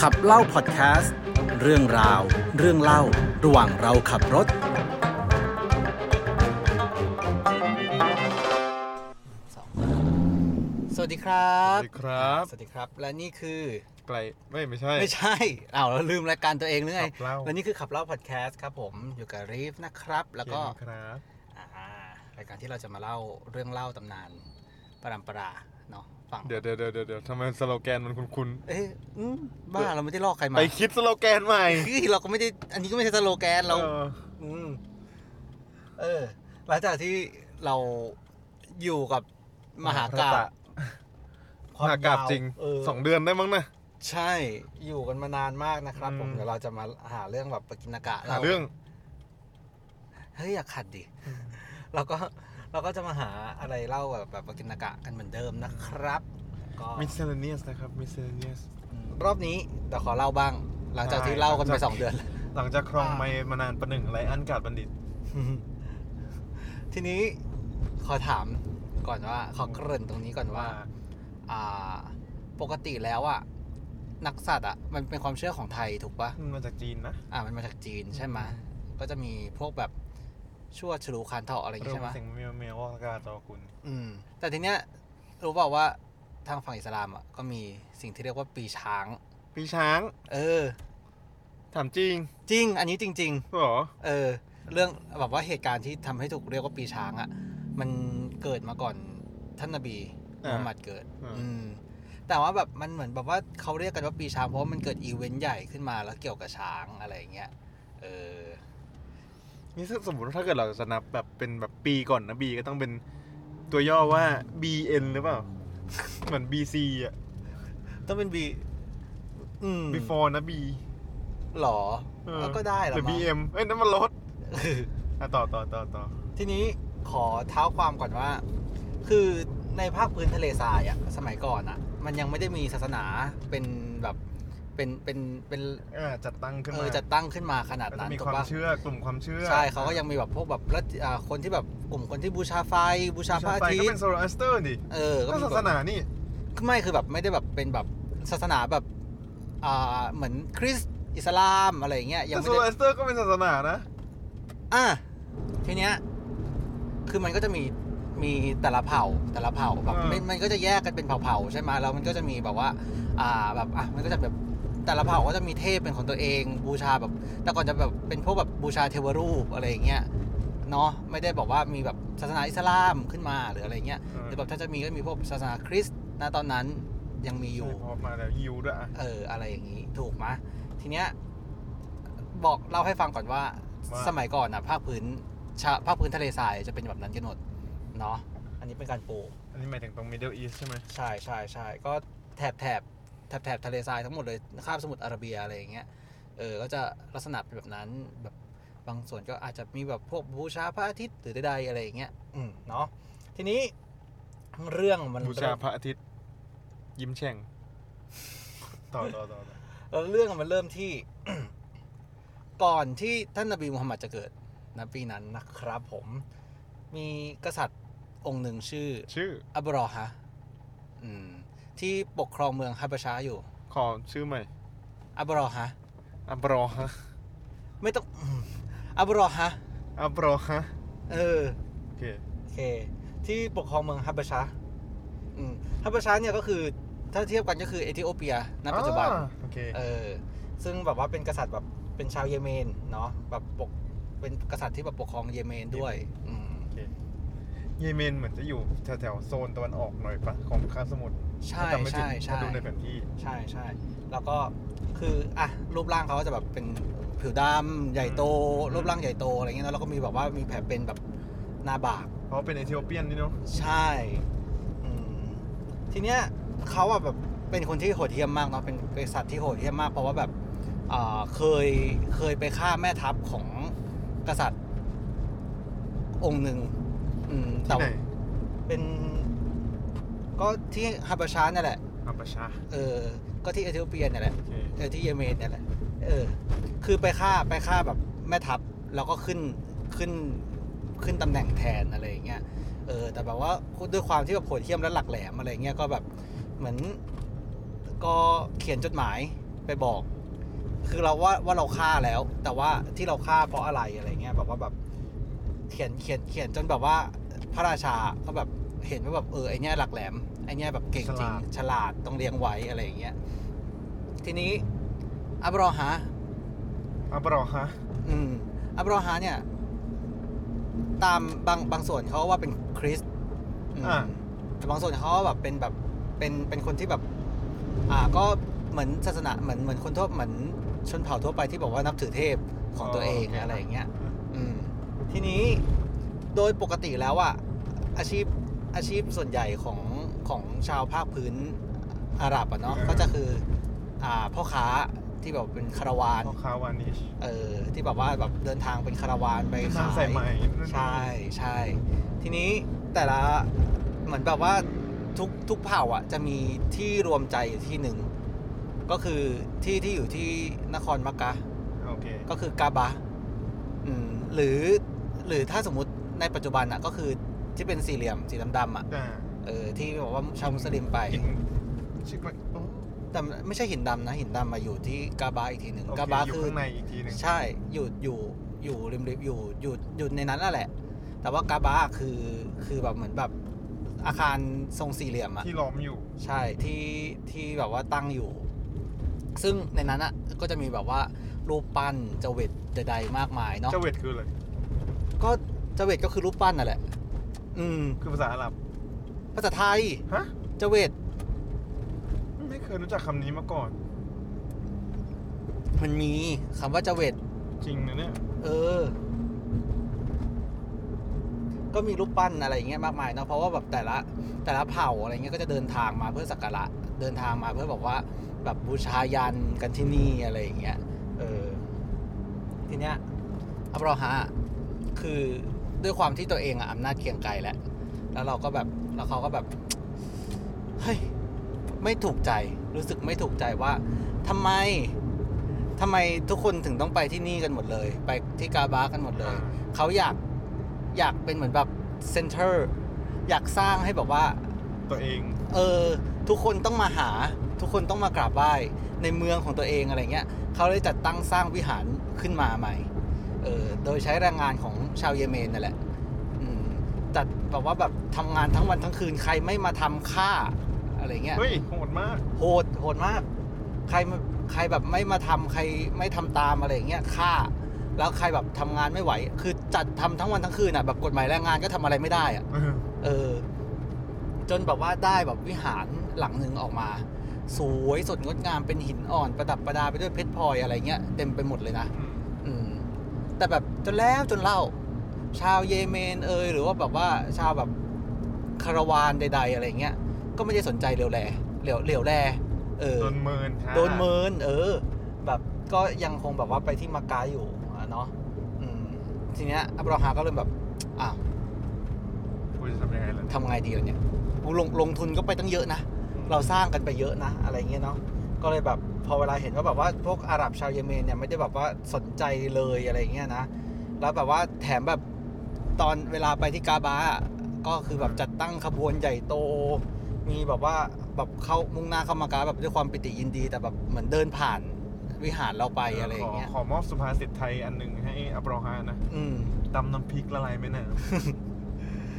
ขับเล่าพอดแคสต์เรื่องราว เรื่องเล่าระหว่างเราขับรถ สวัสดีครับสวัสดีครับ สวัสดีครับ และนี่คือ ไกลไม่ไม่ใช่ ไม่ใช่ อ้าวเราลืมรายการตัวเองหรือไง ขับเล่า และนี่คือขับเล่าพอดแคสต์ครับผมอยู่กับรีฟนะครับ แล้วก็ เขียนครับ อ่ารายการที่เราจะมาเล่าเรื่องเล่าตำนานปรำปราเนาะฟัง เดี๋ยวเดี๋ยวเดี๋ยวเดี๋ยวเดี๋ยวทำไมสโลแกนมันคุ้น เอ๊ะอืมบ้าเราไม่ได้ลอกใคร ๆ มา ไปคิดสโลแกนใหม่ เฮ้ยเราก็ไม่ได้อันนี้ก็ไม่ใช่สโลแกนเรา ออ อืมเออ หลังจากที่เราอยู่กับมหากาพย์ มหากราบจริง เออ สองเดือนได้มั้งนะ ใช่อยู่กันมานานมากนะครับ อืม ผมเดี๋ยวเราจะมาหาเรื่องแบบปกินากะ หาเรื่อง เฮ้ยอย่าขัดดิเราก็เราก็จะมาหาอะไรเล่าแบบแบบปกินากะกันเหมือนเดิมนะครับก็ มิสเซเลเนียสนะครับ มิสเซเลเนียส รอบนี้เดี๋ยวขอเล่าบ้าง หลังจากที่ ได้ เล่ากัน หลั ไป งจาก สองเดือน หลังจากครองไมค์มานานประหนึ่งไรอันกาดบัณฑิต ทีนี้ขอถามก่อนว่าขอเกริ่นตรงนี้ก่อนว่า อ่า ปกติแล้วอะนักสัตว์อะมันเป็นความเชื่อของไทยถูกปะ มันมาจากจีนนะ อ่ามันมาจากจีนใช่ไหม อืม ก็จะมีพวกแบบชั่วฉลูคานเถาะอะไรอย่าง เรื่ งี้ใช่ไหม เสียงเมียวเมียวๆอากาศต่อคุณ อืม แต่ทีเนี้ยรู้เปล่าว่าทางฝั่งอิสลามอ่ะก็มีสิ่งที่เรียกว่าปีช้าง ปีช้าง เออ ถามจริง จริง อันนี้จริง เหรอ ๆ เออ เรื่องแบบว่าเหตุการณ์ที่ทำให้ถูกเรียกว่าปีช้างอ่ะ มันเกิดมาก่อนท่านนบีมูอ่าฮัมหมัดเกิด อ่า อืม แต่ว่าแบบมันเหมือนแบบว่าเขาเรียกกันว่าปีช้างเพราะว่ามันเกิดอีเวนต์ใหญ่ขึ้นมาแล้วเกี่ยวกับช้างอะไรอย่างเงี้ย เออ นี่ถ้าสมมติว่าถ้าเกิดเราจะนับแบบเป็นแบบปีก่อนนะบีก็ต้องเป็นตัวย่อว่า BN หรือเปล่า เหมือน BC อ่ะ ต้องเป็นบีอืม before นะ B หรอ เออ แล้วก็ได้เหร หรือ มั้ง BM เอ้ยนั่นมันร ถอ่ะต่อต่อต่อต่อ ทีนี้ขอเท้าความก่อนว่า คือในภาคพื้นทะเลทรายอะสมัยก่อนอะมันยังไม่ได้มีศาสนาเป็นแบบเป็นเป็นเป็น อ่าจัดตั้งขึ้น เอ มา อจัดตั้งขึ้นมาขนาด ก็จะ นั้น มี ถู ควาก ม ปะ เชื่อกลุ่มความเชื่อ ใช่เขาก็ยังมีแบบพวกแบบรัฐอ่าคนที่แบบกลุ่มคนที่บูชาไฟ บูชาพระอา ไป ทิ ก็ ต เป็น ย์ โซลาสเตอร์ดิ เออก็ ก็ มี ศา แบ ส บ นานี่ ไม่คือแบบไม่ได้แบบเป็นแบบศาสนาแบบอ่าเหมือนคริสต์อิสลามอะไรอย่างเงี้ยยัง แต่ ไม่ โซ ได้ ลาสเตอร์ก็เป็นศาสนานะ อ่ะทีเนี้ยคือมันก็จะมีมีแต่ละเผ่าแต่ละเผ่าแบบ อ่ามั มันมันก็จะแยกกันเป็นเผ่าๆใช่ไหมแล้วมันก็จะมีแบบว่า อ่าแบบอ่ะมันก็จะแบบแต่ละเผ่าก็จะมีเทพเป็นของตัวเองบูชาแบบ แต่ก่อนจะแบบเป็นพวกแบบบูชาเทวรูปอะไรอย่างเงี้ยเนาะไม่ได้บอกว่ามีแบบศาสนาอิสลามขึ้นมาหรืออะไรเงี้ยหรือแบบถ้าจะมีก็มีพวกศาสนาคริสต์นะตอนนั้นยังมีอยู่ ใช่พอมาแล้วยิวด้วยอ่ะ เอออะไรอย่างนี้ถูกไหมะทีเนี้ยบอกเล่าให้ฟังก่อนว่า ว่า สมัยก่อนนะภาคพื้นชาภาคพื้นทะเลทรายจะเป็นแบบนั้นกันหมดเนาะอันนี้เป็นการปู อันนี้หมายถึงตรง Middle East ใช่ไหม ใช่ใช่ใช่ก็แถบแถบแถบแถบทะเลทรายทั้งหมดเลยคาบสมุทรอาระเบียอะไรอย่างเงี้ยเออก็จะลักษณะเป็นแบบนั้นแบบบางส่วนก็อาจจะมีแบบพวกบูชาพระอาทิตย์หรือใดๆอะไรอย่างเงี้ยอืมเนาะทีนี้เรื่องมัน บูชาพระอาทิตย์ ยิ้มแฉ่ง ต่อต่อต่อ ต่อ แล้วเรื่องมันเริ่มที่ ก่อนที่ท่านนบีมูฮัมหมัดจะเกิดนะปีนั้นนะครับผม มีกษัตริย์องค์หนึ่งชื่อ ชื่อ อับรอฮะอืม ที่ปกครองเมืองฮับชาอยู่ ขอชื่อใหม่ อับรอฮะ อับรอฮะ ไม่ต้อง อืมอับรอฮะ อับรอฮะ เออ โอเค โอเค ที่ปกครองเมืองฮับชาอืมฮับชาเนี่ยก็คือถ้าเทียบกันก็คือเอธิโอเปียณปัจจุบัน อ่าโอเค เออ ซึ่งแบบว่าเป็นกษัตริย์แบบเป็นชาวเยเมนเนาะ แบบปก เป็นกษัตริย์ที่แบบปกครองเยเมนด้วย อืม เยเมนเหมือนจะอยู่แถวๆโซนตะวันออกหน่อยปะของคาบสมุทร ใช่ ถ้าจำไม่ผิด ใช่ใช่ถ้าดูในแผนที่ ใช่ใช่ แล้วก็คือ อ่ะ รูปร่างเขาก็จะแบบเป็นผิวดำใหญ่โต อืม รูปร่างใหญ่โตอะไรเงี้ยเนอะแล้วก็มีแบบว่ามีแผลเป็นแบบหน้าบาก เพราะเป็นเอธิโอเปียนนี่เนาะ ใช่อืมทีเนี้ยเขาอะแบบเป็นคนที่โหดเหี้ยมมากเนาะเป็นกษัตริย์ที่โหดเหี้ยมมาก เพราะว่าแบบอ่าเคยเคยไปฆ่าแม่ทัพของกษัตริย์ องค์หนึ่งอืมแต่ ที่ไหน ว่าเป็นก็ที่ฮับชาเนี่ยแหละ อัปชา เออก็ที่เอธิโอเปียเนี่ยแหละ โอเค เออที่เยเมนเนี่ยแหละเออ คือไปฆ่าไปฆ่าแบบแม่ทัพแล้วก็ขึ้นขึ้นขึ้นตำแหน่งแทนอะไรอย่างเงี้ย เออ แต่แบบว่าด้วยความที่แบบโหดเหี้ยมและหลักแหลมอะไรเงี้ยก็แบบเหมือนก็เขียนจดหมาย ไปบอก คือเราว่าว่าเราฆ่าแล้ว แต่ว่าที่เราฆ่าเพราะอะไรอะไรเงี้ยแบบว่าแบบเขียนเขียนเขียนจนแบบว่าพระราชาก็แบบเห็นว่าแบบเออไอเนี้ยหลักแหลมไอเนี้ยแบบเก่งจริง ฉลาด ฉลาดต้องเลี้ยงไว้อะไรอย่างเงี้ยทีนี้อับรอฮะ อับรอฮะ อืมอับรอฮาเนี่ย ตามบางบางส่วนเขาว่าเป็นคริสต์อืม อ่า แต่บางส่วนเขาว่าแบบเป็นแบบเป็นเป็นคนที่แบบ อ่าก็เหมือนศาสนาเหมือนเหมือนคนทั่วเหมือนชนเผ่าทั่วไปที่บอกว่านับถือเทพของตัวเองอะไรอย่างเงี้ย อืมทีนี้โดยปกติแล้วอะอาชีพอาชีพส่วนใหญ่ของของชาวภาคพื้นอาหรับอะเนาะก็จะคือ อ่าพ่อค้าที่แบบเป็นคาราวาน พ่อค้าวานิช เออที่แบบว่าแบบเดินทางเป็นคาราวานไป ทา ขาง สาย ย ไหมนู่น ใช่ใช่ ทีนี้แต่ละเหมือนแบบว่าทุกทุกเผ่าอ่ะ จะมีที่รวมใจอยู่ที่หนึ่ง ก็คือที่ที่อยู่ที่นครมักกะ โอเค ก็คือกาบะอืมหรือหรือถ้าสมมติในปัจจุบันอ่ะ ก็คือที่เป็นสี่เหลี่ยมสีดำๆอ่ะ อ่า เออที่บอกว่าชาวมุสลิมไป กินชิบะโอ้ แต่ไม่ใช่หินดำนะ หินดำมาอยู่ที่กาบะอีกทีหนึ่ง โอเค กาบะ อยู่ คือ ข้างในอีกทีหนึ่ง ใช่อยู่อยู่อยู่ริมริมอยู่อยู่อยู่ในนั้นนั่นแหละ แต่ว่ากาบาคือคือแบบเหมือนแบบอาคารทรงสี่เหลี่ยมอะ ที่ล้อมอยู่ ใช่ที่ที่แบบว่าตั้งอยู่ ซึ่งในนั้นอะก็จะมีแบบว่ารูปปั้นเจเวตใดๆมากมายเนาะ เจาเวตคืออะไร ก็เจเวตก็คือรูปปั้นน่ะแหละ อืม คือภาษาอาหรับ ภาษาไทย ฮะ เจเวต ไม่เคยรู้จักคำนี้มาก่อน มันมีคำว่าเจเวต จริงนะเนี่ย เออ ก็มีรูปปั้นอะไรอย่างเงี้ยมากมายเนาะ เพราะว่าแบบแต่ละแต่ละเผ่าอะไรเงี้ยก็จะเดินทางมาเพื่อสักการะ เดินทางมาเพื่อบอกว่า แบบบูชายันกันที่นี่อะไรอย่างเงี้ย เออ ทีเนี้ยอับรอฮะคือด้วยความที่ตัวเองอะอำนาจเกรียงไกรแหละ แล้วเราก็แบบแล้วเขาก็แบบ เฮ้ย ไม่ถูกใจ รู้สึกไม่ถูกใจว่าทำไมทำไมทุกคนถึงต้องไปที่นี่กันหมดเลย ไปที่กาบากันหมดเลย เขาอยากอยากเป็นเหมือนแบบเซ็นเตอร์อยากสร้างให้แบบว่า ตัวเอง เออ ทุกคนต้องมาหา ทุกคนต้องมากราบไหว้ในเมืองของตัวเองอะไรเงี้ยเขาเลยจัดตั้งสร้างวิหารขึ้นมาใหม่ เออโดยใช้แรงงานของชาวเยเมนนั่นแหละ อืมจัดแบบว่าแบบทำงานทั้งวันทั้งคืนใครไม่มาทำฆ่าอะไรเงี้ย เฮ้ยโหดมาก โหดโหดมาก ใครมาใครแบบไม่มาทำใครไม่ทำตามอะไรอย่างเงี้ยฆ่า แล้วใครแบบทำงานไม่ไหว คือจัดทำทั้งวันทั้งคืนอ่ะแบบกฎหมายแรงงานก็ทำอะไรไม่ได้อ่ะ เออ จนแบบว่าได้แบบวิหารหลังหนึ่งออกมา สวยสดงดงามเป็นหินอ่อนประดับประดาไปด้วยเพชรพลอยอะไรเงี้ยเต็มไปหมดเลยนะ อืม แต่แบบจนแล้วจนเล่า ชาวเยเมนเอยหรือว่าแบบว่าชาวแบบคาราวานใด ๆ อะไรเงี้ย ก็ไม่ได้สนใจเหลียวแลเหลียวเหลียวแลเออ โดนเมินค่ะ โดนเมิน เออ แบบก็ยังคงแบบว่าไปที่มักกะอยู่อะเนาะอืม ทีเนี้ยอับราฮาก็เริ่มแบบอ้าว กูจะทำยังไงล่ะ ทำไงดีล่ะเนี่ยกูลงลงทุนก็ไปตั้งเยอะนะ เราสร้างกันไปเยอะนะ อะไรเงี้ยเนาะก็เลยแบบพอเวลาเห็นว่าแบบว่าพวกอาหรับชาวเยเมนเนี่ยไม่ได้แบบว่าสนใจเลยอะไรเงี้ยนะแล้วแบบว่าแถมแบบตอนเวลาไปที่กาบาอะก็คือแบบจัดตั้งขบวนใหญ่โต มีแบบว่าแบบเข้ามุ่งหน้าเข้ามากาแบบด้วยความปิติยินดี แต่แบบเหมือนเดินผ่านวิหารเราไปอะไรอย่างเงี้ย ขขอมอบสุภาษิตไทยอันหนึ่งให้อับรอฮานะ อืม ตำน้ำพริกละลายไม่น้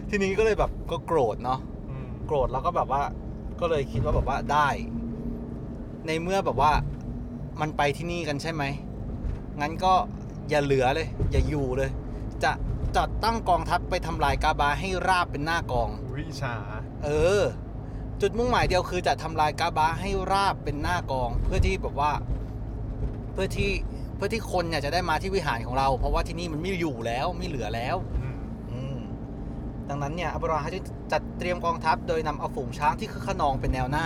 ทีนี้ก็เลยแบบก็โกรธเนาะ ำอืม โกรธแล้วก็แบบว่าก็เลยคิดว่าแบบว่าได้ ในเมื่อแบบว่ามันไปที่นี่กันใช่ไหม งั้นก็อย่าเหลือเลย อย่าอยู่เลย จะจัดตั้งกองทัพไปทำลายกาบาให้ราบเป็นหน้ากอง อุ๊ยอิจฉา เออ จุดมุ่งหมายเดียวคือจะทำลายกาบาให้ราบเป็นหน้ากอง เพื่อที่แบบว่า เพื่อที่เพื่อที่คนเนี่ยจะได้มาที่วิหารของเรา เพราะว่าที่นี่มันไม่อยู่แล้วไม่เหลือแล้ว อืม อืมดังนั้นเนี่ยอับราฮัมจะจัดเตรียมกองทัพโดยนำเอาฝูงช้างที่คือขนองเป็นแนวหน้า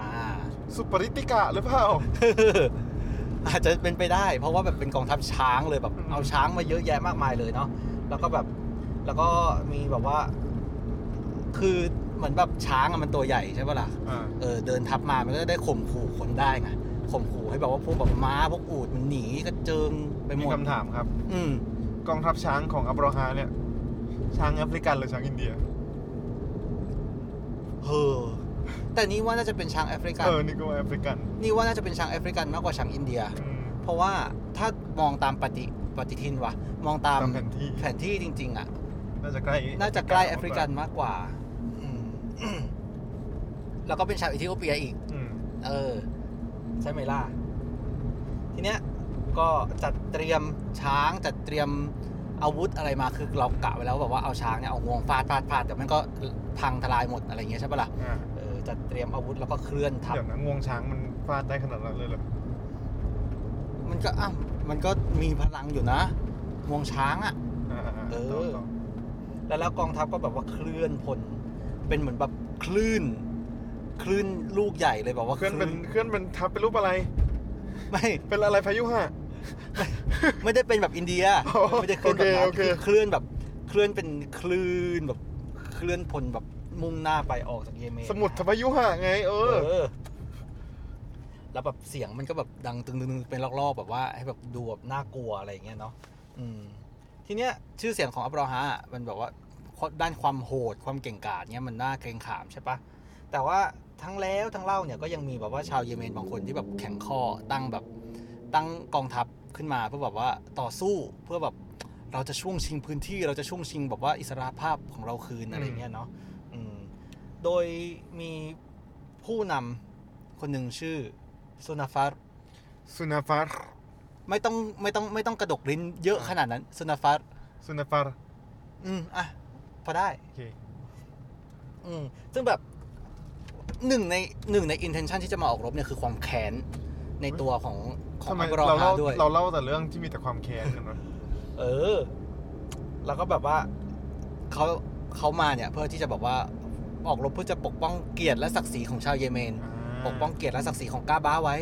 อ่า สุปริติกะหรือเปล่า อาจจะเป็นไปได้ เพราะว่าแบบเป็นกองทัพช้างเลยแบบเอาช้างมาเยอะแยะมากมายเลยเนาะแล้วก็แบบแล้วก็มีแบบว่า คือเหมือนแบบช้างอะมันตัวใหญ่ใช่ปะล่ะ อ่า เออเดินทับมา มันก็ได้ข่มขู่คนได้ไงข่มขู่ให้แบบว่าพวกแบบม้าพวกอูดมันหนีกระเจิงไปห มี มด คำถามครับ อืม กองทัพช้างของอับรอฮาเนี่ย ช้างแอฟริกันหรือช้างอินเดีย เฮ้อ แต่นี่ว่าน่าจะเป็นช้างแอฟริกัน เออนี่ก็ว่าแอฟริกัน นี่ว่าน่าจะเป็นช้างแอฟริกันมากกว่าช้างอินเดีย อืม เพราะว่าถ้ามองตามปฏิปฏิทินวะมองตาม ตามแผนที่ แผนที่จริง ๆ อ่ะ น่าจะใกล้ น่าจะใกล้แอฟริกันมากกว่าอืม แล้วก็เป็นชาวเอธิโอเปียอีก อืม เออ ใช่ไหมล่ะ ทีเนี้ย ก็จัดเตรียมช้างจัดเตรียมอาวุธอะไรมาคือเรากะไว้แล้วแบบว่าเอาช้างเนี่ยเอางวงฟาดฟาดฟาดแต่มันก็พังทลายหมดอะไรอย่างเงี้ยใช่ปะล่ะ อ่ะ เออจัดเตรียมอาวุธแล้วก็เคลื่อนทัพ เดี๋ยวนะงวงช้างมันฟาดได้ขนาดนั้นเลยเหรอ มันก็อ้าวมันก็มีพลังอยู่นะงวงช้างอ่ะ อ่าๆๆ เออ ต่ต่ แล้วแล้วกองทัพก็แบบว่าเคลื่อนพล เป็นเหมือนแบบคลื่น คลื่นลูกใหญ่เลยแบบว่า เคลื่อนเป็นเคลื่อนเป็นทับเป็นรูปอะไร ไม่ เป็นอะไรพายุฮะ ไม่ได้เป็นแบบอินเดี ย อ๋อ ไม่ได้เคลื่อนแบบนั้น โอเค คือ โอเค เคลื่อนแบบเคลื่อนเป็นคลื่นแบบเคลื่อนพลแบบมุ่งหน้าไปออกจากเยเมน สมุดทพายุฮะไง เอ เอ อ อ แล้วแบบเสียงมันก็แบบดังตึงตึงตึงเป็นรอบๆแบบว่าให้แบบดูแบบน่ากลัวอะไรอย่างเงี้ยเนาะอืม ทีเนี้ยชื่อเสียงของอับราฮะอะมันแบบว่าด้านความโหดความเก่งกาจเนี้ยมันน่าเกรงขามใช่ปะแต่ว่าทั้งแล้วทั้งเล่าเนี่ยก็ยังมีแบบว่าชาวเยเมนบางคนที่แบบแข็งข้อตั้งแบบตั้งกองทัพขึ้นมาเพื่อแบบว่าต่อสู้เพื่อแบบเราจะช่วงชิงพื้นที่เราจะช่วงชิงแบบว่าอิสรภาพของเราคืนอะไรเงี้ยเนาะอืมโดยมีผู้นำคนหนึ่งชื่อซูนาฟา สุนาฟาร ไม่ต้องไม่ต้องไม่ต้องกระดกลิ้นเยอะขนาดนั้นซูนาฟัส สุนาฟาร อืมอ่ะ พอได้ โอเค อืมซึ่งแบบหนึ่งในหนึ่งในอินเทนชันที่จะมาออกรบเนี่ยคือความแค้นในตัวของของ ทำไม อับรา เรา ฮา เล่า ด้วย เราเล่าแต่เรื่องที่มีแต่ความแค้นกันวะ เออ แล้วก็แบบว่าเขาเขามาเนี่ย เพื่อที่จะแบบว่าออกรบเพื่อจะปกป้องเกียรติและศักดิ์ศรีของชาวเยเมน ปกป้องเกียรติและศักดิ์ศรีของกาบ้าไว้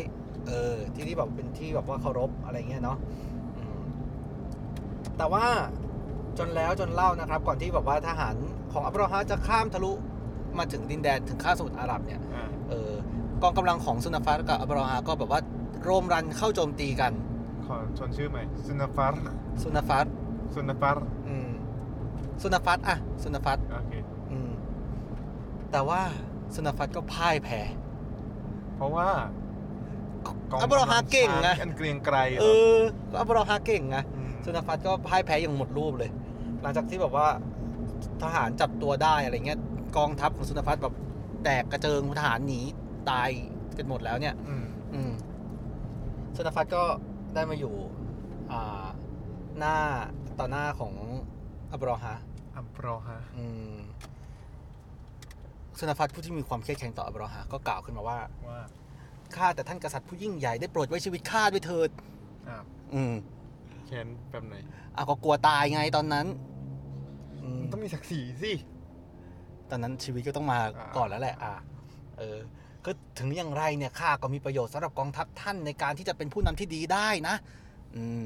เออ ที่ที่แบบเป็นที่แบบว่าเคารพอะไรเงี้ยเนาะอืมแต่ว่าจนแล้วจนเล่านะครับ ก่อนที่แบบว่าทหารของอับราฮัมจะข้ามทะลุมาถึงดินแดนถึงข้ามสมุทรอาหรับเนี่ย อ่า เออ กองกำลังของซุนนะฟาสกับอับราฮัมก็แบบว่าโรมรันเข้าโจมตีกัน ขอชวนชื่อใหม่สุนาฟ าร ซุนนะฟาส สุนาฟาร อืมซุนนะฟาสอะซุนนะฟาส โอเค อืม แต่ว่าซุนนะฟาสก็พ่ายแพ้ เพราะว่า อับราฮัมเก่งนะ อันเกรียงไกรหร เออก็อับราฮัมเก่งไง ม ซูนาฟัตก็พ่ายแพ้อย่างหมดรูปเลย หลังจากที่แบบว่าทหารจับตัวได้อะไรเงี้ย กองทัพของซูนาฟัตแบบแตกกระเจิงทหารหนีตายกันหมดแล้วเนี่ย อืม อืมซูนาฟัตก็ได้มาอยู่อ่าหน้าต่อหน้าของอับรอฮะ อับราฮัม อืมซูนาฟัตผู้ที่มีความเครียดแค้นต่ออับรอฮะก็กล่าวขึ้นมาว่า ว่า ข้าแต่ท่านกษัตริย์ผู้ยิ่งใหญ่ได้โปรดไว้ชีวิตข้าด้วยเถิด อ้าว อืม แค้นแบบไหน อ่ะก็กลัวตายไงตอนนั้นอืม มันต้องมีศักดิ์ศรีสิ ตอนนั้นชีวิตก็ต้องมา อ่า ก่อนแล้วแหละ อ่า เออ ก็ถึงอย่างไรเนี่ยข้าก็มีประโยชน์สำหรับกองทัพท่านในการที่จะเป็นผู้นำที่ดีได้นะ อืม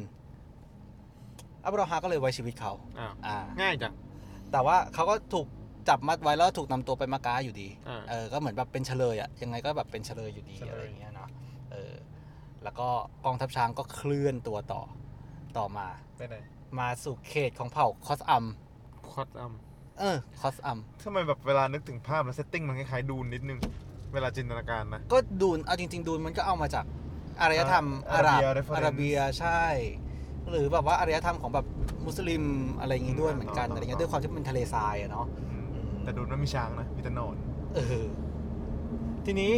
อับราฮาก็เลยไว้ชีวิตเขา อ้าว อ่า ง่ายจัง แต่ว่าเขาก็ถูกจับมัดไว้แล้วถูกนำตัวไปมากาอยู่ดี อ่า เออ ก็เหมือนแบบเป็นเฉลยอะยังไงก็แบบเป็นเฉลยอยู่ดี เฉลย อะไรอย่างเงี้ยเนาะ เออ แล้วก็กองทัพช้างก็เคลื่อนตัวต่อ ต่อมา ไปไหน มาสู่เขตของเผ่าคอสอัม คอสอัม เออ คอสอัม ทำไมแบบเวลานึกถึงภาพแล้วเซตติ้งมันคล้ายๆดูนนิดนึง เวลาจินตนาการนะ ก็ดูน เอาจริง ๆ ดูนมันก็เอามาจากอารยธรรมอา อา ห ห รั รั บบ อาหอาหรั รา บ เบียใช่ หรือแบบว่าอารยธรรมของแบบมุสลิมอะไรอย่างงี้ด้วยเหมือนกันอะไรเงี้ยด้วยความที่มันทะเลทรายอะเนาะ อืมแต่ดูนไม่มีช้างนะ มีแต่หนอน เออ ทีนี้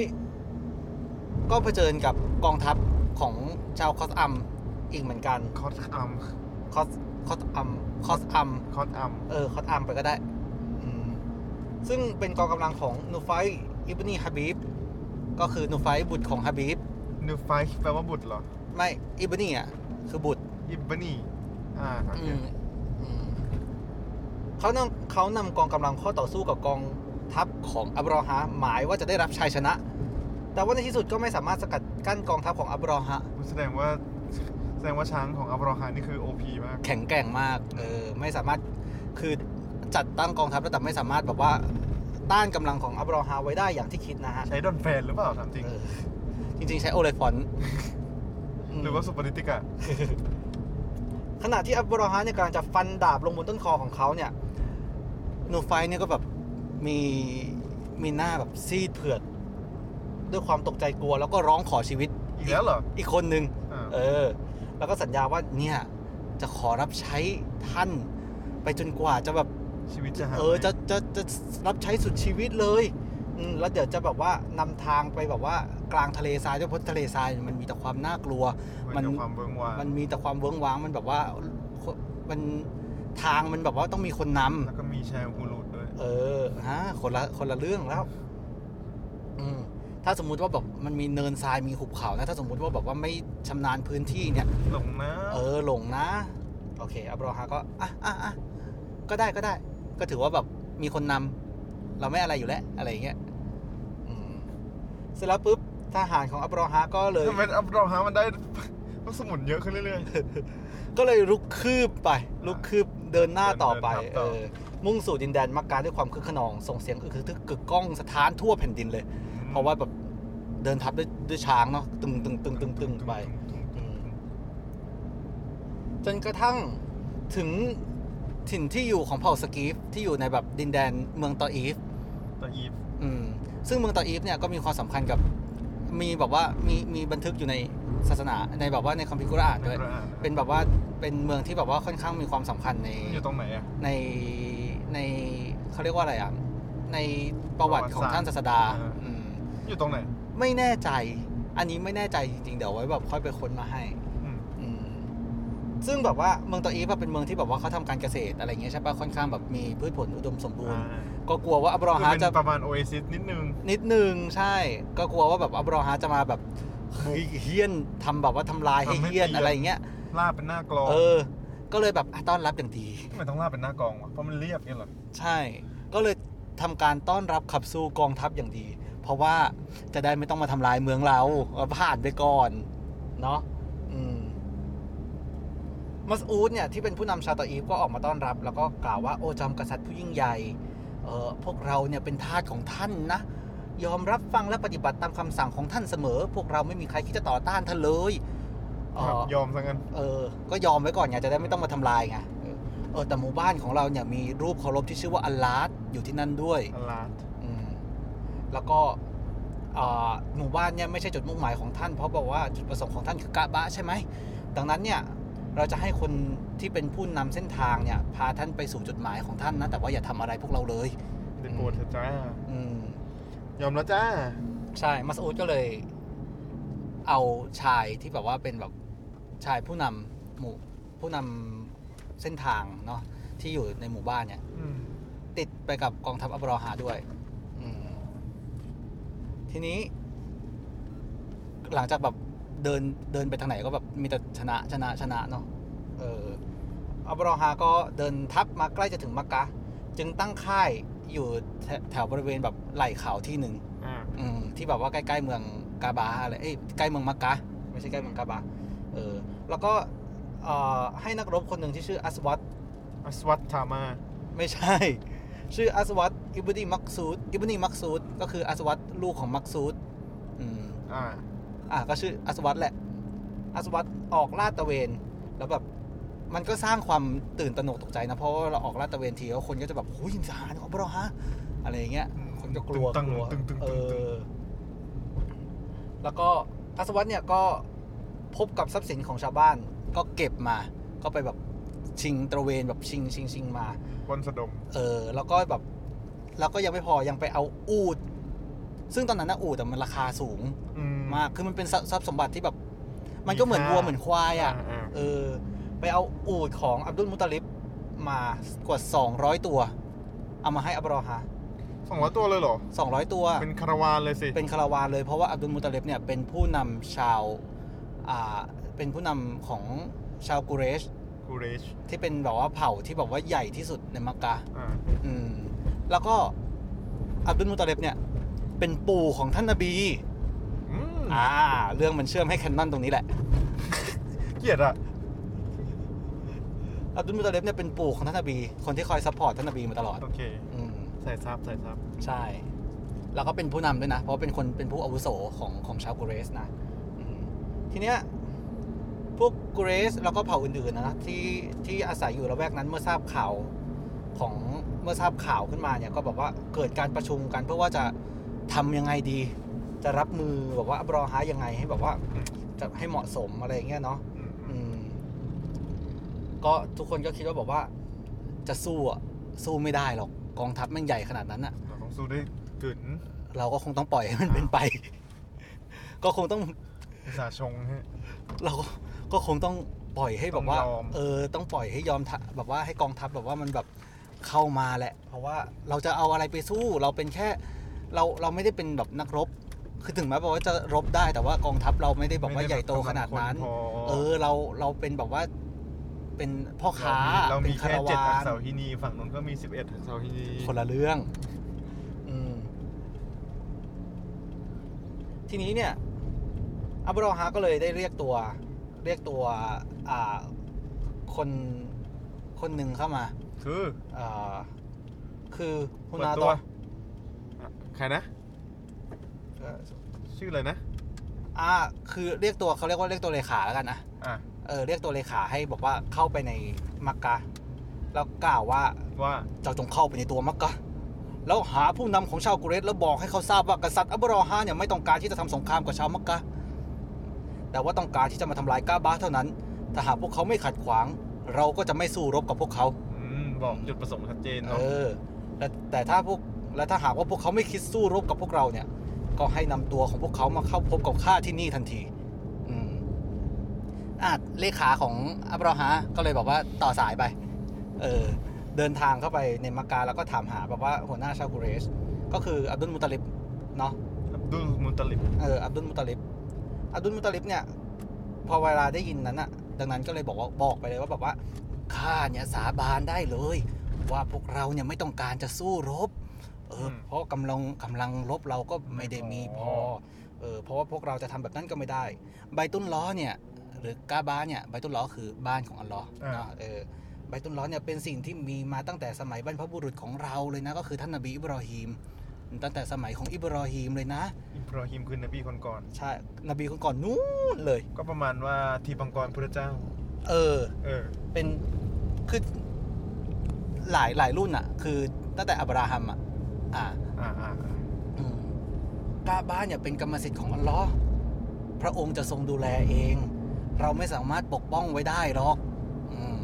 ก็เผชิญกับกองทัพของชาวคอสอัมอีกเหมือนกัน คอสอัม คอสคอสอัมคอสอัม คอสอัม เออคอสอัมไปก็ได้ อืม ซึ่งเป็นกองกำลังของนูไฟอิบนีฮาบีบ ก็คือนูไฟบุตรของฮาบีบ นิวไฟแปลว่าบุตรเหรอ ไม่อิบนีอ่ะคือบุตร อิบบานีอ่าโอเค อืมอืมเขานำเขานำกองกำลังเข้าต่อสู้กับกองทัพของอับรอฮะหมายว่าจะได้รับชัยชนะ แต่ว่าในที่สุดก็ไม่สามารถสกัดกั้นกองทัพของอับรอฮะ แสดงว่า แสดงว่าช้างของอับราฮานี่คือโอพีมาก แข็งแกร่งมากเออไม่สามารถคือจัดตั้งกองทัพแล้วแต่ไม่สามารถแบบว่าต้านกำลังของอับรอฮะไว้ได้อย่างที่คิดนะฮะ ใช้ดอนแฟนหรือเปล่าถามจริง เออจริง ๆ ใช้โอเลฟอน หรือว่าสุปริติกะ ขณะที่อับบรอฮะเนี่ยกำลังจะฟันดาบลงบนต้นคอของเขาเนี่ยโนไฟเนี่ยก็แบบมีมีหน้าแบบซีดเผือด ด้วยความตกใจกลัว แล้วก็ร้องขอชีวิต อีกแล้วเหรอ อีกคนนึง อ่า เออ แล้วก็สัญญาว่าเนี่ยจะขอรับใช้ท่าน ไปจนกว่าจะแบบ ชีวิตจะหา เออจะจะจะรับใช้สุดชีวิตเลยอืมแล้วเดี๋ยวจะแบบว่านำทางไปแบบว่ากลางทะเลทรายด้วยเพราะทะเลทรายมันมีแต่ความน่ากลัว มั มัน นความเบิงวาง มันมีแต่ความเวิ้งว้างมันแบบว่ามันทางมันแบบว่าต้องมีคนนำ แล้วก็มีแชร์ฮูลูดด้วย เออฮะคนละคนละเรื่องแล้ว อืมถ้าสมมุติว่าแบบมันมีเนินทรายมีหุบเขานะ ถ้าสมมุติว่าแบบว่าไม่ชำนาญพื้นที่เนี่ย หลงนะ เออหลงนะ โอเคอับรอฮาก็อ่ะอ่ะอ่ะก็ได้ก็ได้ ก็ถือว่าแบบมีคนนำเราไม่อะไรอยู่แล้ว อะไรอย่างเงี้ยอืมเสร็จแล้วปุ๊บทหารของอับรอฮาก็เลย ทำไมอัพดรอฮามันได้ ลูกสมุนเยอะขึ้นเรื่อย ก็เลยลุกคืบไป ลุกคืบเดินหน้าต่อไป เดิน เอ ต่อ อมุ่งสู่ดินแดนมักกะด้วยความคึกขนองส่งเสียงอึกทึกกึกก้องสะท้านทั่วแผ่นดินเลย ๆ เพราะว่าแบบเดินทับด้วยด้วยช้างเนาะตึงตึงตึงตึงตึงไปอืมจนกระทั่งถึงถิ่นที่อยู่ของเผ่าสกีฟที่อยู่ในแบบดินแดนเมืองตออีฟ ตะอีฟ อืมซึ่งเมืองตออีฟเนี่ยก็มีความสำคัญกับมีแบบว่ามีมีบันทึกอยู่ในศาสนาในแบบว่าในคัมภีร์กุรอานด้วย เป็นแบบว่าเป็นเมืองที่แบบว่าค่อนข้างมีความสำคัญใน มันอยู่ตรงไหนอ่ะ ในในเขาเรียกว่าอะไรอ่ะในประวัติของท่านศาสดา ประวัติศาสตร์ อืม อยู่ตรงไหน ไม่แน่ใจ อันนี้ไม่แน่ใจจริงๆ เดี๋ยวไว้แบบค่อยไปค้นมาให้ อืม อืม ซึ่งแบบว่าเมืองตออีฟอะเป็นเมืองที่แบบว่าเขาทำการเกษตรอะไรเงี้ยใช่ปะค่อนข้างแบบมีพืชผลอุดมสมบูรณ์ ก็กลัวว่าอับรอ อ่า ฮา คือ จะ เป็นประมาณโอเอซิสนิดนึง นิดนึงใช่ ก็กลัวว่าแบบอับรอฮาจะมาแบบเฮ้ยเฮี้ยนทำแบบว่าทำลายให้ ทำให้ เฮี้ยน เฮี้ยน อะไรเงี้ย ลาบเป็นหน้ากลอง เออ ก็เลยแบบอ่ะต้อนรับอย่างดี ทำไมต้องลาบเป็นหน้ากลองวะเพราะมันเรียบเนี่ยเหรอ ใช่ ก็เลยทำการต้อนรับขับสู้กองทัพอย่างดี เพราะว่าจะได้ไม่ต้องมาทำลายเมืองเราเอาผ่านไปก่อน เนาะอืมมัสอูดเนี่ยที่เป็นผู้นำชาวตออีฟก็ออกมาต้อนรับ แล้วก็กล่าวว่าโอจอมกษัตริย์ผู้ยิ่งใหญ่ เออพวกเราเนี่ยเป็นทาสของท่านนะ ยอมรับฟังและปฏิบัติตามคำสั่งของท่านเสมอ พวกเราไม่มีใครที่จะต่อต้านท่านเลยเอ่อ ยอมซะงั้น เออ ก็ยอมไว้ก่อนไง จะได้ไม่ต้องมาทำลายไง เออเออ แต่หมู่บ้านของเราเนี่ยมีรูปเคารพที่ชื่อว่าอัลลาดอยู่ที่นั่นด้วย อัลลาด อืม แล้วก็เอ่อหมู่บ้านเนี่ยไม่ใช่จุดมุ่งหมายของท่าน เพราะบอกว่าจุดประสงค์ของท่านคือกะบะใช่ไหม ดังนั้นเนี่ย เราจะให้คนที่เป็นผู้นำเส้นทางเนี่ย พาท่านไปสู่จุดหมายของท่านนะ แต่ว่าอย่าทำอะไรพวกเราเลย เดี๋ยวโกรธเถอะจ้า อืม ยอมแล้วจ้า ใช่ มัสอูดก็เลย เอาชายที่แบบว่าเป็นแบบชายผู้นำหมู่ผู้นำเส้นทางเนาะที่อยู่ในหมู่บ้านเนี่ย อืม ติดไปกับกองทัพอับรอฮาด้วย อืม ทีนี้ หลังจากแบบเดินเดินไปทางไหนก็แบบมีแต่ชนะชนะชนะเนาะ เออ อับรอฮาก็เดินทัพมาใกล้จะถึงมักกะ จึงตั้งค่ายอยู่แถแถวบริเวณแบบไหล่เขาที่หนึ่ง อ่า อืมที่แบบว่าใกล้ๆเมืองกาบาอะไรเอ้ยใกล้เมืองมักกะไม่ใช่ใกล้เมืองกาบาเออ แล้วก็เอ่อให้นักรบคนหนึ่งที่ชื่ออัสวัต อัสวัตถามา ไม่ใช่ ชื่ออัสวัตอิบนีมักซูดอิบนีมักซูดก็คืออัสวัตลูกของมักซูดอืม อ่า อ่ะก็ชื่ออัสวัตแหละอัสวัตออกลาดตระเวน แล้วแบบมันก็สร้างความตื่นตระหนกตกใจนะ เพราะว่าเราออกลาดตระเวนทีแล้วคนก็จะแบบหุ้ยทหารของพวกเราฮะอะไรอย่างเงี้ย อืม คนก็กลัว ตึงๆ กลัว ตึงๆตึงๆ เอ ตึง อแล้วก็อัศวรเนี่ยก็พบกับทรัพย์สินของชาวบ้าน ก็เก็บมา ก็ไปแบบชิงตระเวนแบบชิงชิงชิงมา วันสะดม เออ แล้วก็แบบแล้วก็ยังไม่พอยังไปเอาอูด ซึ่งตอนนั้นนะอูดแต่มันราคาสูง อืม มากคือมันเป็นทรัพย์ทรัพย์สมบัติที่แบบ มันก็เหมือน มีค่า วัวเหมือนควายอ่ะ อ่า เออ ไปเอาอูดของอับดุลมุตาลิบมากว่าสองร้อยตัว เอามาให้อับรอฮา สองร้อยตัวเลยเหรอ สองร้อยตัว เป็นคาราวานเลยสิ เป็นคาราวานเลยเพราะว่าอับดุลมุตาลิบเนี่ยเป็นผู้นำชาวอ่าเป็นผู้นำของชาวกุเรช กูเรช ที่เป็นแบบว่าเผ่าที่แบบว่าใหญ่ที่สุดในมักกะ อ่า อืมแล้วก็อับดุลมุตาลิบเนี่ยเป็นปู่ของท่านนบี อืม อ่าเรื่องมันเชื่อมให้แคนนอนตรงนี้แหละ เกลียดอ่ะ อับดุลมุตาลิบเนี่ยเป็นปู่ของท่านนบี คนที่คอยซัพพอร์ตท่านนบีมาตลอด โอเค อืม ใส่ซับใส่ซับ ใช่ แล้วก็เป็นผู้นำด้วยนะ เพราะว่าเป็นคนเป็นผู้อาวุโสของของชาวกุเรสนะอืมทีเนี้ย พวกกรซแล้วก็เผ่าอื่นๆนะที่ที่อาศัยอยู่ละแวกนั้นเมื่อทราบข่าวของเมื่อทราบข่าวขึ้นมาเนี่ยก็บอกว่าเกิดการประชุมกันเพื่อว่าจะทำยังไงดี จะรับมือแบบว่าอับรอฮะยังไงให้แบบว่า จะให้เหมาะสมอะไรอย่างเงี้ยเนาะ อืม อืมก็ทุกคนก็คิดว่าแบบว่า จะสู้อะสู้ไม่ได้หรอกกองทัพแมันใหญ่ขนาดนั้นอะ เราต้องสู้ด้วยกึน เราก็คงต้องปล่อยให้มันเป็นไป ก็คงต้อง ภาษาชงฮะ เราก็ก็คงต้องปล่อยให้แบบว่า ต้องยอม เออ ต้องปล่อยให้ยอมทะแบบว่าให้กองทัพแบบว่ามันแบบเข้ามาแหละ เพราะว่าเราจะเอาอะไรไปสู้ เราเป็นแค่ เราเราไม่ได้เป็นแบบนักรบ คือถึงแม้แบบว่าจะรบได้แต่ว่ากองทัพเราไม่ได้แบบว่า ไม่ได้ ใหญ่โตขนาดนั้น แบบกำลังคนพอ เออเราเราเป็นแบบว่าเป็นพ่อค้า เรา เป็ มี นคา แค่ ร เจ็ด วา อัก น ษรฮินีฝั่งนู้นก็มีสิบเอ็ดอักษรฮินี คนละเรื่อง อืมทีนี้เนี่ย อับรอฮาก็เลยได้เรียกตัว เรียกตัวอ่าคนคนหนึ่งเข้ามา คือ อ่าคือฮุ เปิด นา ตัวโตะ อ่ะใครนะ เอ่อ ชื่ออะไรนะ อ่าคือเรียกตัวเขาเรียกว่าเรียกตัวเลขาแล้วกันนะ อ่ะ เออเรียกตัวเลขาให้บอกว่าเข้าไปในมักกะแล้วกล่าวว่า ว่า เจ้าจงเข้าไปในตัวมักกะ แล้วหาผู้นำของชาวกุเรสแล้วบอกให้เขาทราบว่ากษัตริย์อับรอฮาเนี่ยไม่ต้องการที่จะทำสงครามกับชาวมักกะ แต่ว่าต้องการที่จะมาทำลายกาบาเท่านั้น ถ้าหากพวกเขาไม่ขัดขวาง เราก็จะไม่สู้รบกับพวกเขา อืม บอกจุดประสงค์ชัดเจน เอ เนาะ อแต่แต่ถ้าพวกและถ้าหากว่าพวกเขาไม่คิดสู้รบกับพวกเราเนี่ย ก็ให้นำตัวของพวกเขามาเข้าพบกับข้าที่นี่ทันที อืมอ่ะเลขาของอับราฮะก็เลยบอกว่าต่อสายไป เออ เดินทางเข้าไปในมักกะแล้วก็ถามหาแบบว่าหัวหน้าชาวกุเรช ก็คืออับดุลมุตาลิบเนาะ อับดุลมุตลิบ เอออับดุลมุตาลิบอับดุลมุตาลิบเนี่ย พอเวลาได้ยินนั้นอะดังนั้นก็เลยบอกว่าบอกไปเลยว่าแบบว่าข้าเนี่ยสาบานได้เลย ว่าพวกเราเนี่ยไม่ต้องการจะสู้รบ เออ เพราะกำลังกำลังรบเราก็ไม่ได้มีพอ เออ เพราะว่าพวกเราจะทำแบบนั้นก็ไม่ได้ ใบตุนล้อเนี่ย หรือกาบาเนี่ยใบตุนล้อคือบ้านของอัลลอฮ์เนาะเออใบตุนล้อเนี่ยเป็นสิ่งที่มีมาตั้งแต่สมัยบรรพบุรุษของเราเลยนะ ก็คือท่านนบีอิบรอฮีม ตั้งแต่สมัยของอิบรอฮีมเลยนะ อิบราฮิมคือนบีคนก่อน ใช่ นบีคนก่อนนู้นเลย ก็ประมาณว่าทีบังกรพระเจ้า เออ เออ เป็น คือ หลายหลายรุ่นอะคือตั้งแต่อับราฮัมอะอ่า อ่าอ่าอ่า อืมกาบ้านเนี่ยเป็นกรรมสิทธิ์ของอัลลอฮ์พระองค์จะทรงดูแลเอง เราไม่สามารถปกป้องไว้ได้หรอกอืม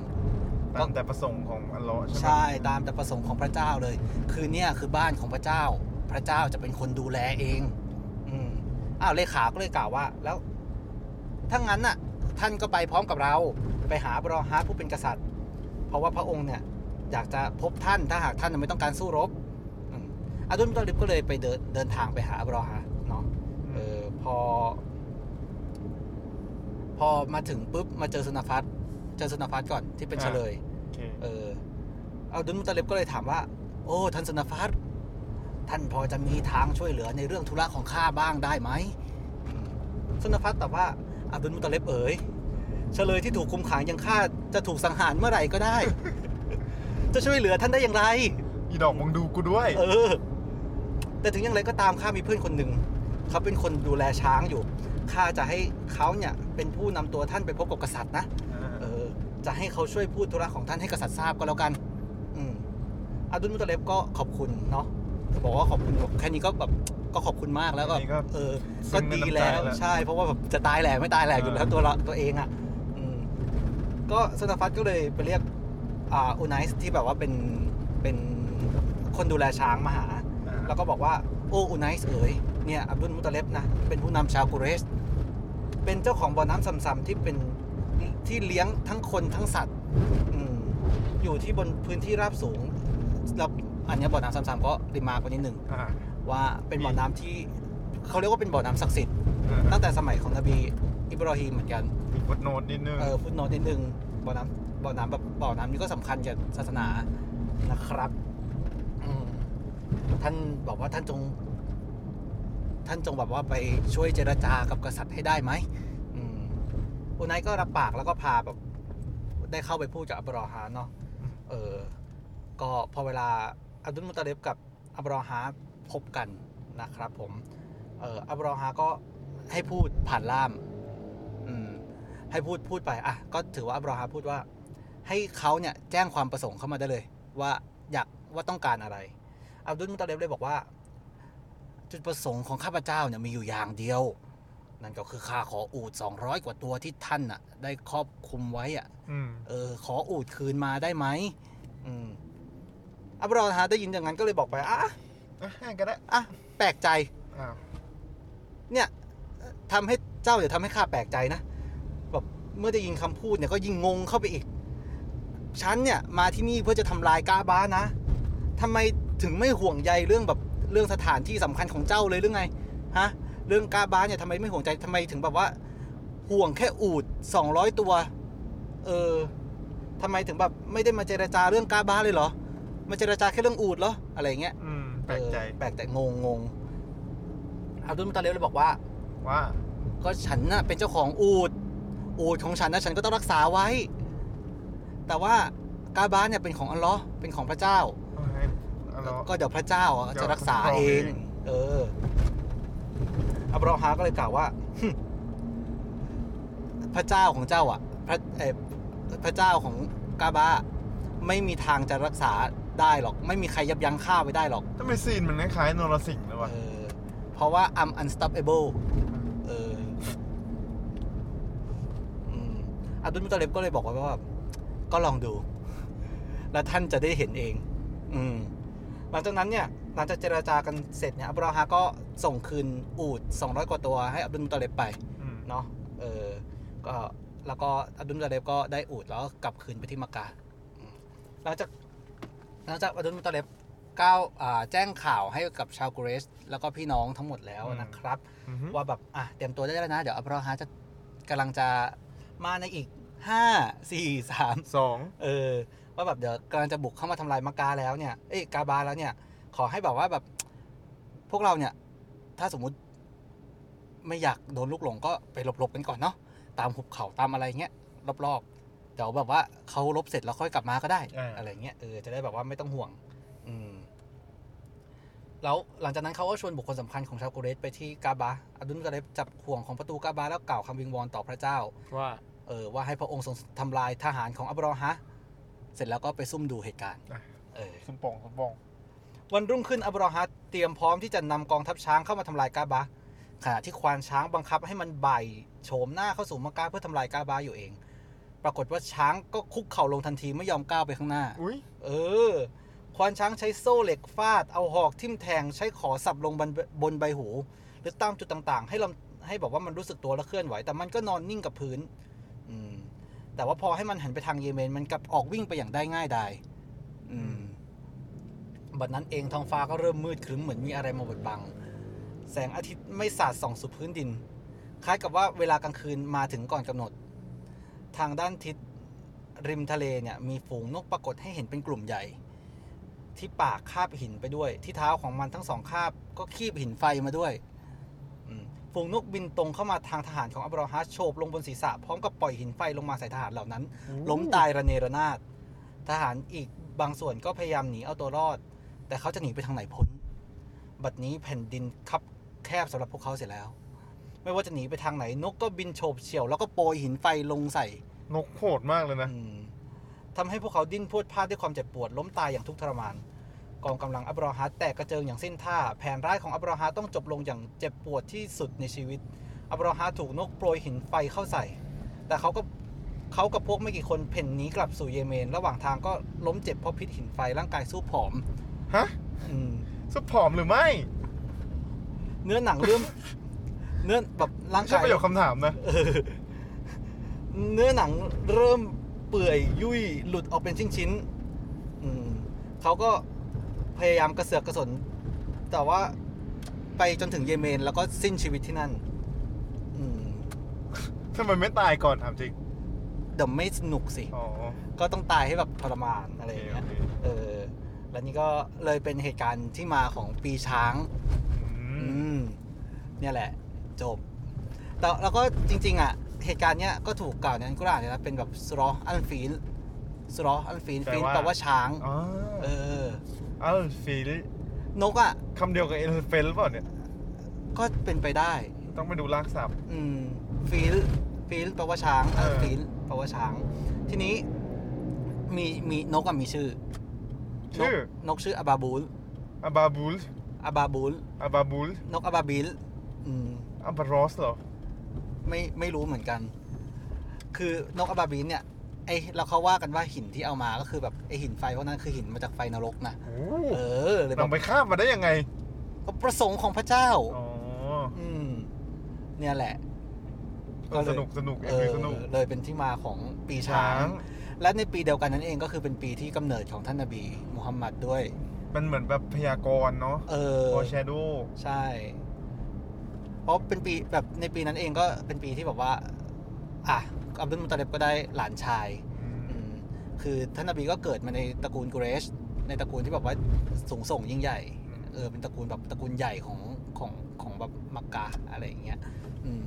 ตามแต่ประสงค์ของอัลเลอฮ์ใช่ไหม ใช่ตามแต่ประสงค์ของพระเจ้าเลย คือเนี่ยคือบ้านของพระเจ้า พระเจ้าจะเป็นคนดูแลเอง อืมอ้าวเลขาก็เลยกล่าวว่า แล้วถ้างั้นน่ะ ท่านก็ไปพร้อมกับเราไปหาบรอฮาผู้เป็นกษัตริย์ เพราะว่าพระองค์เนี่ย อยากจะพบท่านถ้าหากท่านไม่ต้องการสู้รบอืมอาดุลมุตอลิบก็เลยไปเดินเดินทางไปหาอับรอฮาเนาะ เออพอ พอมาถึงปุ๊บมาเจอสุนฟัตเจอสุนฟัตก่อนที่เป็นเฉลย โอเค เออเอาดุนมุตะเล็บก็เลยถามว่า โอ้ท่านสนฟัตท่านพอจะมีทางช่วยเหลือในเรื่องธุระของข้าบ้างได้ไหมอืมสนฟัตตอบว่าอับดุลมุตะเล็บเอ๋ยเฉลยที่ถูกคุมขังยังข้าจะถูกสังหารเมื่อไหร่ก็ได้ จะช่วยเหลือท่านได้อย่างไร อีดอกมึงดูกูด้วย เออ แต่ถึงอย่างไรก็ตามข้ามีเพื่อนคนหนึ่ง เขาเป็นคนดูแลช้างอยู่ข้าจะให้เขาเนี่ยเป็นผู้นำตัวท่านไปพบกับกษัตริย์นะ เออจะให้เขาช่วยพูดธุระของท่านให้กษัตริย์ทราบก็แล้วกัน อืมอับดุลมุตะเลบก็ขอบคุณเนาะ บอกว่าขอบคุณแค่นี้ก็แบบก็ขอบคุณมากแล้วก็ แค่นี้ก็ เออ ซึ้ ก็ งใน ดี น้ำใจ แล้ว แล้ว ใช่ เพราะว่าแบบจะตายแหละไม่ตายแหละอยู่แล้ว อ่า ตัวเราตัวเองอ่ะ อืม ก็สตาฟัตก็เลยไปเรียก อ่าอูไนส์ที่แบบว่าเป็นเป็นคนดูแลช้างมาหา แล้ แล้ว ว ก็ ก็บอกว่า โอ้อุไนส์เอ๋ยเนี่ยอับดุลมุตะเลบนะเป็นผู้นำชาวกุเรช เป็นเจ้าของบ่อน้ำซ้ำๆที่เป็นที่เลี้ยงทั้งคนทั้งสัตว์อืมอยู่ที่บนพื้นที่ราบสูงแล้วอันเนี้ยบ่อน้ำซ้ำๆก็ริมาร์กว่านิดหนึ่ง อ่า ว่าเป็นบ่อน้ำที่เขาเรียกว่าเป็นบ่อน้ำศักดิ์สิทธิ์ อ่า ตั้งแต่สมัยของนบีอิบราฮิมเหมือนกัน มีฟุตโนตนิดนึง เออฟุตโนตนิดนึงบ่อน้ำบ่อน้ำแบบบ่อน้ำนี่ก็สำคัญกับศาสนานะครับอืมท่านบอกว่าท่านจง ท่านจงแบบว่าไปช่วยเจรจากับกษัตริย์ให้ได้ไหมอืมอุไนก็รับปากแล้วก็พาแบบ ได้เข้าไปพูดกับอับรอฮาเนาะ อืม เออ ก็พอเวลาอับดุลมุตาเลบกับอับรอฮาพบกันนะครับ ผม เอออับรอฮาก็ให้พูดผ่านล่าม อืม ให้พูดพูดไป อ่ะ ก็ถือว่าอับราฮัมพูดว่า ให้เขาเนี่ยแจ้งความประสงค์เข้ามาได้เลย ว่าอยากว่าต้องการอะไร อับดุลมุตะเลบเลยบอกว่า จุดประสงค์ของข้าพเจ้าเนี่ยมีอยู่อย่างเดียว นั่นก็คือข้าขออูด 200 กว่าตัวที่ท่านน่ะ ได้ครอบคลุมไว้อ่ะ อืม เออ ขออูดคืนมาได้ไหมอืมอับรอฮาได้ยินอย่างนั้นก็เลยบอกไปอ่ะ อ่ะให้ก็ได้ อ่ะแปลกใจ อ้าว เนี่ยทำให้เจ้าเดี๋ยวทำให้ข้าแปลกใจนะแบบเมื่อได้ยินคำพูดเนี่ยก็ยิ่งงงเข้าไปอีก ฉันเนี่ยมาที่นี่เพื่อจะทำลายกาบ้านะทำไมถึงไม่ห่วงใยเรื่องแบบเรื่องสถานที่สำคัญของเจ้าเลยหรือไงฮะเรื่องกาบ้าเนี่ยทำไมไม่ห่วงใจทำไมถึงแบบว่า ห่วงแค่อูด200 ตัว เออทำไมถึงแบบไม่ได้มาเจรจาเรื่องกาบ้าเลยเหรอมาเจรจาแค่เรื่องอูดเหรออะไรอย่างเงี้ย อืม แปลกใจ เออแปลกแต่งงงงอับดุลมุตาเลบเลยบอกว่า ว่า ก็ฉันน่ะเป็นเจ้าของอูดอูดของฉันนะฉันก็ต้องรักษาไว้ แต่ว่ากาบานเนี่ยเป็นของอัลเลอฮ์เป็นของพระเจ้า เอาให้เอาเหรอ ก็เดี๋ยวพระเจ้าอ่ะ เดี๋ยว จะรักษา พระเจ้า เอ เอง ง เออ อับราฮาก็เลยกล่าวว่าหึพระเจ้าของเจ้าอ่ะ พระเอ่อพระเจ้าของกาบาไม่มีทางจะรักษาได้หรอก ไม่มีใครยับยั้งข้าไว้ได้หรอก ทำไมซีนมันคล้ายๆนรสิงห์เลยวะ เออเพราะว่า I'm unstoppable เอออืมอับดุลมุตตาเลบก็เลยบอกไว้ว่าแบบก็ลองดู แล้วท่านจะได้เห็นเอง อืมหลังจากนั้นเนี่ยหลังจากเจรจากันเสร็จเนี่ยอับราฮาก็ส่งคืนอูด 200 กว่าตัวให้อับดุลมุตตาเลบไป อืม เนาะเออ ก็แล้วก็อับดุลมุตตาเลบก็ได้อูดแล้วก็กลับคืนไปที่มักกะอืมหลังจากหลังจากอับดุลมุตตาเลบก้าวอ่าแจ้งข่าวให้กับชาวกุเรช แล้วก็พี่น้องทั้งหมดแล้วนะครับ อือฮึ ว่าแบบอ่ะเตรียมตัวได้แล้วนะ เดี๋ยวอับราฮาจะกำลังจะมาในอีก 5 4 3 สอง เออ ว่าแบบเดี๋ยวกำลังจะบุกเข้ามาทำลายมักกาแล้วเนี่ย เอ้ยกาบาแล้วเนี่ย ขอให้แบบว่าแบบ พวกเราเนี่ย ถ้าสมมุติไม่อยากโดนลูกหลงก็ไปหลบๆกันก่อนเนาะตามหุบเขาตามอะไรเงี้ยรอบๆเดี๋ยวแบบว่าเขาลบเสร็จแล้วค่อยกลับมาก็ได้ า อะไรเงี้ยเออจะได้แบบว่าไม่ต้องห่วง อืม แล้วหลังจากนั้นเขาก็ชวนบุคคลสำคัญของชาวกุเรชไปที่กาบาอับดุลก็เลยจับห่วงของประตูกาบาแล้วกล่าวคำวิงวอนต่อพระเจ้า ว่า เออว่าให้พระองค์ทรงทำลายทหารของอับรอฮะ เสร็จแล้วก็ไปซุ่มดูเหตุการณ์ อ่ะ เออ สมปองสมปอง วันรุ่งขึ้นอับรอฮะเตรียมพร้อมที่จะนำกองทัพช้างเข้ามาทำลายกาบาขณะที่ควานช้างบังคับให้มันบ่ายโฉมหน้าเข้าสู่มักกะเพื่อทำลายกาบาอยู่เอง ปรากฏว่าช้างก็คุกเข่าลงทันทีไม่ยอมก้าวไปข้างหน้า อุ้ย เออ ควานช้างใช้โซ่เหล็กฟาด เอาหอกทิ่มแทง ใช้ขอสับลงบนบนใบหู หรือตามจุดต่างๆ ให้ลำให้แบบว่ามันรู้สึกตัวและเคลื่อนไหว แต่มันก็นอนนิ่งกับพื้น อืม แต่ว่าพอให้มันหันไปทางเยเมน มันกลับออกวิ่งไปอย่างได้ง่ายดายอืม บัดนั้นเองท้องฟ้าก็เริ่มมืดครึ้มเหมือนมีอะไรมาบดบัง แสงอาทิตย์ไม่สาดส่องสู่พื้นดิน คล้ายกับว่าเวลากลางคืนมาถึงก่อนกำหนด ทางด้านทิศริมทะเลเนี่ยมีฝูงนกปรากฏให้เห็นเป็นกลุ่มใหญ่ ที่ปากคาบหินไปด้วย ที่เท้าของมันทั้งสองคาบก็คีบหินไฟมาด้วยอืมฝูงนกบินตรงเข้ามาทางทหารของอับราฮัสโฉบลงบนศีรษะพร้อมกับปล่อยหินไฟลงมาใส่ทหารเหล่านั้น ล้มตายระเนระนาด ทหารอีกบางส่วนก็พยายามหนีเอาตัวรอด แต่เขาจะหนีไปทางไหนพ้น บัดนี้แผ่นดินคับแคบสำหรับพวกเขาเสียแล้ว ไม่ว่าจะหนีไปทางไหน นกก็บินโฉบเฉี่ยว แล้วก็โปรยหินไฟลงใส่ นกโหดมากเลยนะ อืมทำให้พวกเขาดิ้นพรวดพลาดด้วยความเจ็บปวด ล้มตายอย่างทุกข์ทรมาน กองกำลังอับราฮัตแตกกระเจิงอย่างสิ้นท่า แผนร้ายของอับราฮัตต้องจบลงอย่างเจ็บปวดที่สุดในชีวิต อับราฮัตถูกนกโปรยหินไฟเข้าใส่ แต่เขาก็เขากับพวกไม่กี่คนเพ่นหนีกลับสู่เยเมน ระหว่างทางก็ล้มเจ็บเพราะพิษหินไฟร่างกายสู้ผอม ฮะ อืม สุดผอมหรือไม่ เนื้อหนังเริ่ม เนื้อแบบร่าง ไม่ใช่ กาย ประโยคคำถามนะ เออเนื้อหนังเริ่มเปื่อยยุ่ยหลุดออกเป็นชิ้นชิ้นๆอืมเขาก็พยายามกระเสือกกระสน แต่ว่าไปจนถึงเยเมน แล้วก็สิ้นชีวิตที่นั่น อืม ทำไมไม่ตายก่อนถามจริง เดี๋ยวไม่สนุกสิ อ๋อ ก็ต้องตายให้แบบทรมานอะ โอ ไรอ เค ย่าง โอ เงี้ย เค เออ แล้วนี่ก็เลยเป็นเหตุการณ์ที่มาของปีช้าง อื อื ม มเนี่ยแหละ จบ แต่แล้วก็จริง ๆ อ่ะ เหตุการณ์เนี้ยก็ถูกกล่าวในอันกุรอานเลยนะ เป็นแบบสุรออันฟีนสุรออันฟีนฟีนแปลว่าช้าง อ๋อ เออ เอ้าฟีล นกอ่ะ คำเดียวกับเอลเฟนหรือเปล่าเนี่ย ก็เป็นไปได้ ต้องไปดูลากศัพท์ อืมฟีลฟีลแปลว่าช้าง เออ ฟีลแปลว่าช้าง ทีนี้ มีมีนกอ่ะมีชื่อ นก ชื่อน กชื่ออาบาบูล อาบาบูล อาบาบูล อาบาบูล นกอาบาบิลอืม อาบารอสเหรอ ไม่ไม่รู้เหมือนกัน คือนกอาบาบินเนี่ย ไอเราเขาว่ากันว่าหินที่เอามาก็คือแบบไอหินไฟพวกนั้นคือหินมาจากไฟนรกนะ โอ้ เออเลยแบ เรา บ ไปข้ามมาได้ยังไง ก็ประสงค์ของพระเจ้า อ๋อ อืม เนี่ยแหละ เออสนุกสนุกเอ็ เอ มวี อ สนุก เลยเป็นที่มาของปีช้า ช้าง ง และในปีเดียวกันนั้นเองก็คือเป็นปีที่กำเนิดของท่านนบีมูฮัมหมัดด้วย มันเหมือนแบบพยากรณ์เนาะ เออ พอแชโดว์ ใช่ เพราะเป็นปีแบบในปีนั้นเองก็เป็นปีที่แบบว่า อ่ะอับดุลมุตตาเลบก็ได้หลานชาย อืมคือท่านนบีก็เกิดมาในตระกูลกุเรช ในตระกูลที่แบบว่าสูงส่งยิ่งใหญ่ เออเป็นตระกูลแบบตระกูลใหญ่ของของของแบบมักกะอะไรอย่างเงี้ย อืม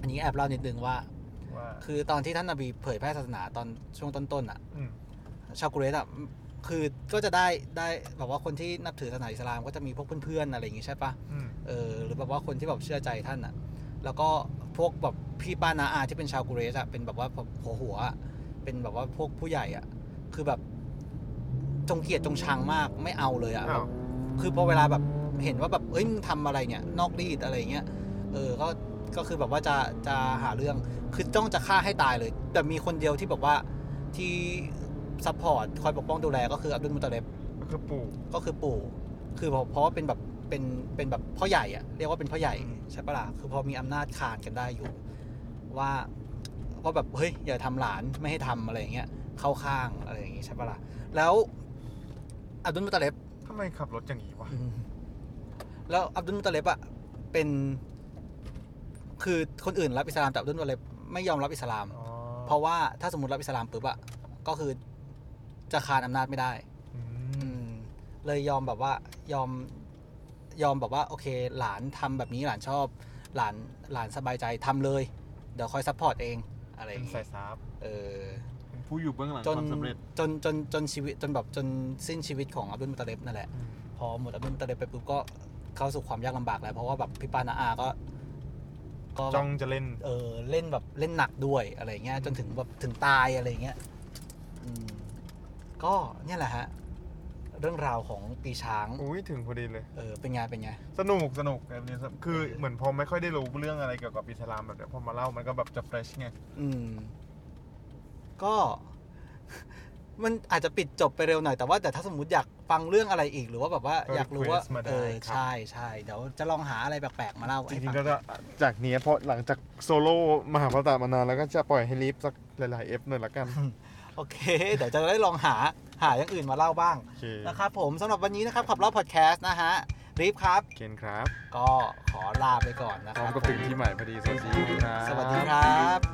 อันนี้แอบเล่านิดนึงว่า ว่า คือตอนที่ท่านนบีเผยแพร่ศาสนาตอนช่วงต้นๆอ่ะ อืม ชาวกุเรชอ่ะ คือก็จะได้ได้แบบว่าคนที่นับถือศาสนาอิสลามก็จะมีพวกเพื่อนๆอะไรอย่างงี้ใช่ปะ อืม เออหรือแบบว่าคนที่แบบเชื่อใจท่านอะแล้วก็พวกแบบพี่ป้านาอาที่เป็นชาวกุเรสอะเป็นแบบว่าแบบหัวหัวอะเป็นแบบว่าพวกผู้ใหญ่อะคือแบบจงเกลียดจงชังมากไม่เอาเลยอะ อ้าว คือพอเวลาแบบเห็นว่าแบบเอ้ยมึงทำอะไรเนี่ย นอกรีดอะไรเงี้ยเออก็ก็คือแบบว่าจะจะหาเรื่องคือต้องจะฆ่าให้ตายเลย แต่มีคนเดียวที่แบบว่าที่ซัพพอร์ตคอยปกป้องดูแลก็คืออับดุลมุตตาเลบ ก็คือปู่ ก็คือปู่ คือเพราะเพราะว่าเป็นแบบเป็นเป็นแบบพ่อใหญ่อะเรียกว่าเป็นพ่อใหญ่ อืม ใช่ปะล่ะ คือพอมีอำนาจขานกันได้อยู่ ว่าว่าแบบเฮ้ยอย่าทำหลานไม่ให้ทำอะไรอย่างเงี้ยเข้าข้างอะไรอย่างงี้ใช่ปะล่ะ แล้วอับดุลมุตตาเลบ ทำไมขับรถอย่างนี้วะ อืมแล้วอับดุลมุตตาเลบอะเป็น คือคนอื่นรับอิสลามแต่อับดุลมุตตาเลบไม่ยอมรับอิสลาม อ๋อ เพราะว่าถ้าสมมติรับอิสลามปุ๊บอะก็คือจะคานอำนาจไม่ได้ อื อื ม มเลยยอมแบบว่ายอมยอมแบบว่าโอเคหลานทำแบบนี้หลานชอบ หลานหลานสบายใจทำเลย เดี๋ยวคอยซัพพอร์ตเองอะไรอ เป็ ย่าน งงี้ สายซับ เออ เป็นผู้อยู่เบื้องหลัง จ คน วามสำเร็จ จนจนจนชีวิตจนแบบจนสิ้นชีวิตของอับดุลมุตตาเลบนั่นแหละ อืม พอหมดอับดุลมุตตาเลบไปปุ๊บก็เข้าสู่ความยากลำบากแล้ว เพราะว่าแบบพี่ปานาอาก็ ก็ จ้องจะเล่น เออเล่นแบบเล่นหนักด้วยอะไรเงี้ยจนถึงแบบถึงตายอะไรเงี้ยอืมก็เนี่ยแหละฮะเรื่องราวของปีช้าง อุ้ยถึงพอดีเลย เออเป็นไงเป็นไง สนุกสนุกแบบนี้ครับคือเหมือนพอไม่ค่อยได้รู้เรื่องอะไรเกี่ยวกับอิสลามแบบเนี้ยพอมาเล่ามันก็แบบจะเฟรชไง อืม ก็ มันอาจจะปิดจบไปเร็วหน่อยแต่ว่าแต่ถ้าสมมติอยากฟังเรื่องอะไรอีก หรือว่าแบบว่า ก็ อยากรู้ว่า request มาได้ เออ ครับ ใช่ใช่เดี๋ยวจะลองหาอะไรแปลกๆมาเล่า จ ให้ ริ ฟั ง ง ๆก็จะจากเนี้ยเพราะหลังจากโซโล่มหาภารตามานานแล้วก็จะปล่อยให้ลิฟสักหลายๆเอฟหน่อยละกัน โอเค เดี๋ยวจะได้ลองหาหาอย่างอื่นมาเล่าบ้าง โอเค นะครับผมสำหรับวันนี้นะครับขับเล่าพอดแคสต์นะฮะรีบครับ เคนครับ ก็ขอลาไปก่อนนะ พ ค ร้อ รั ม บ ก็ถึงที่ใหม่พอดีสวัสดีครับ สวัสดีครับ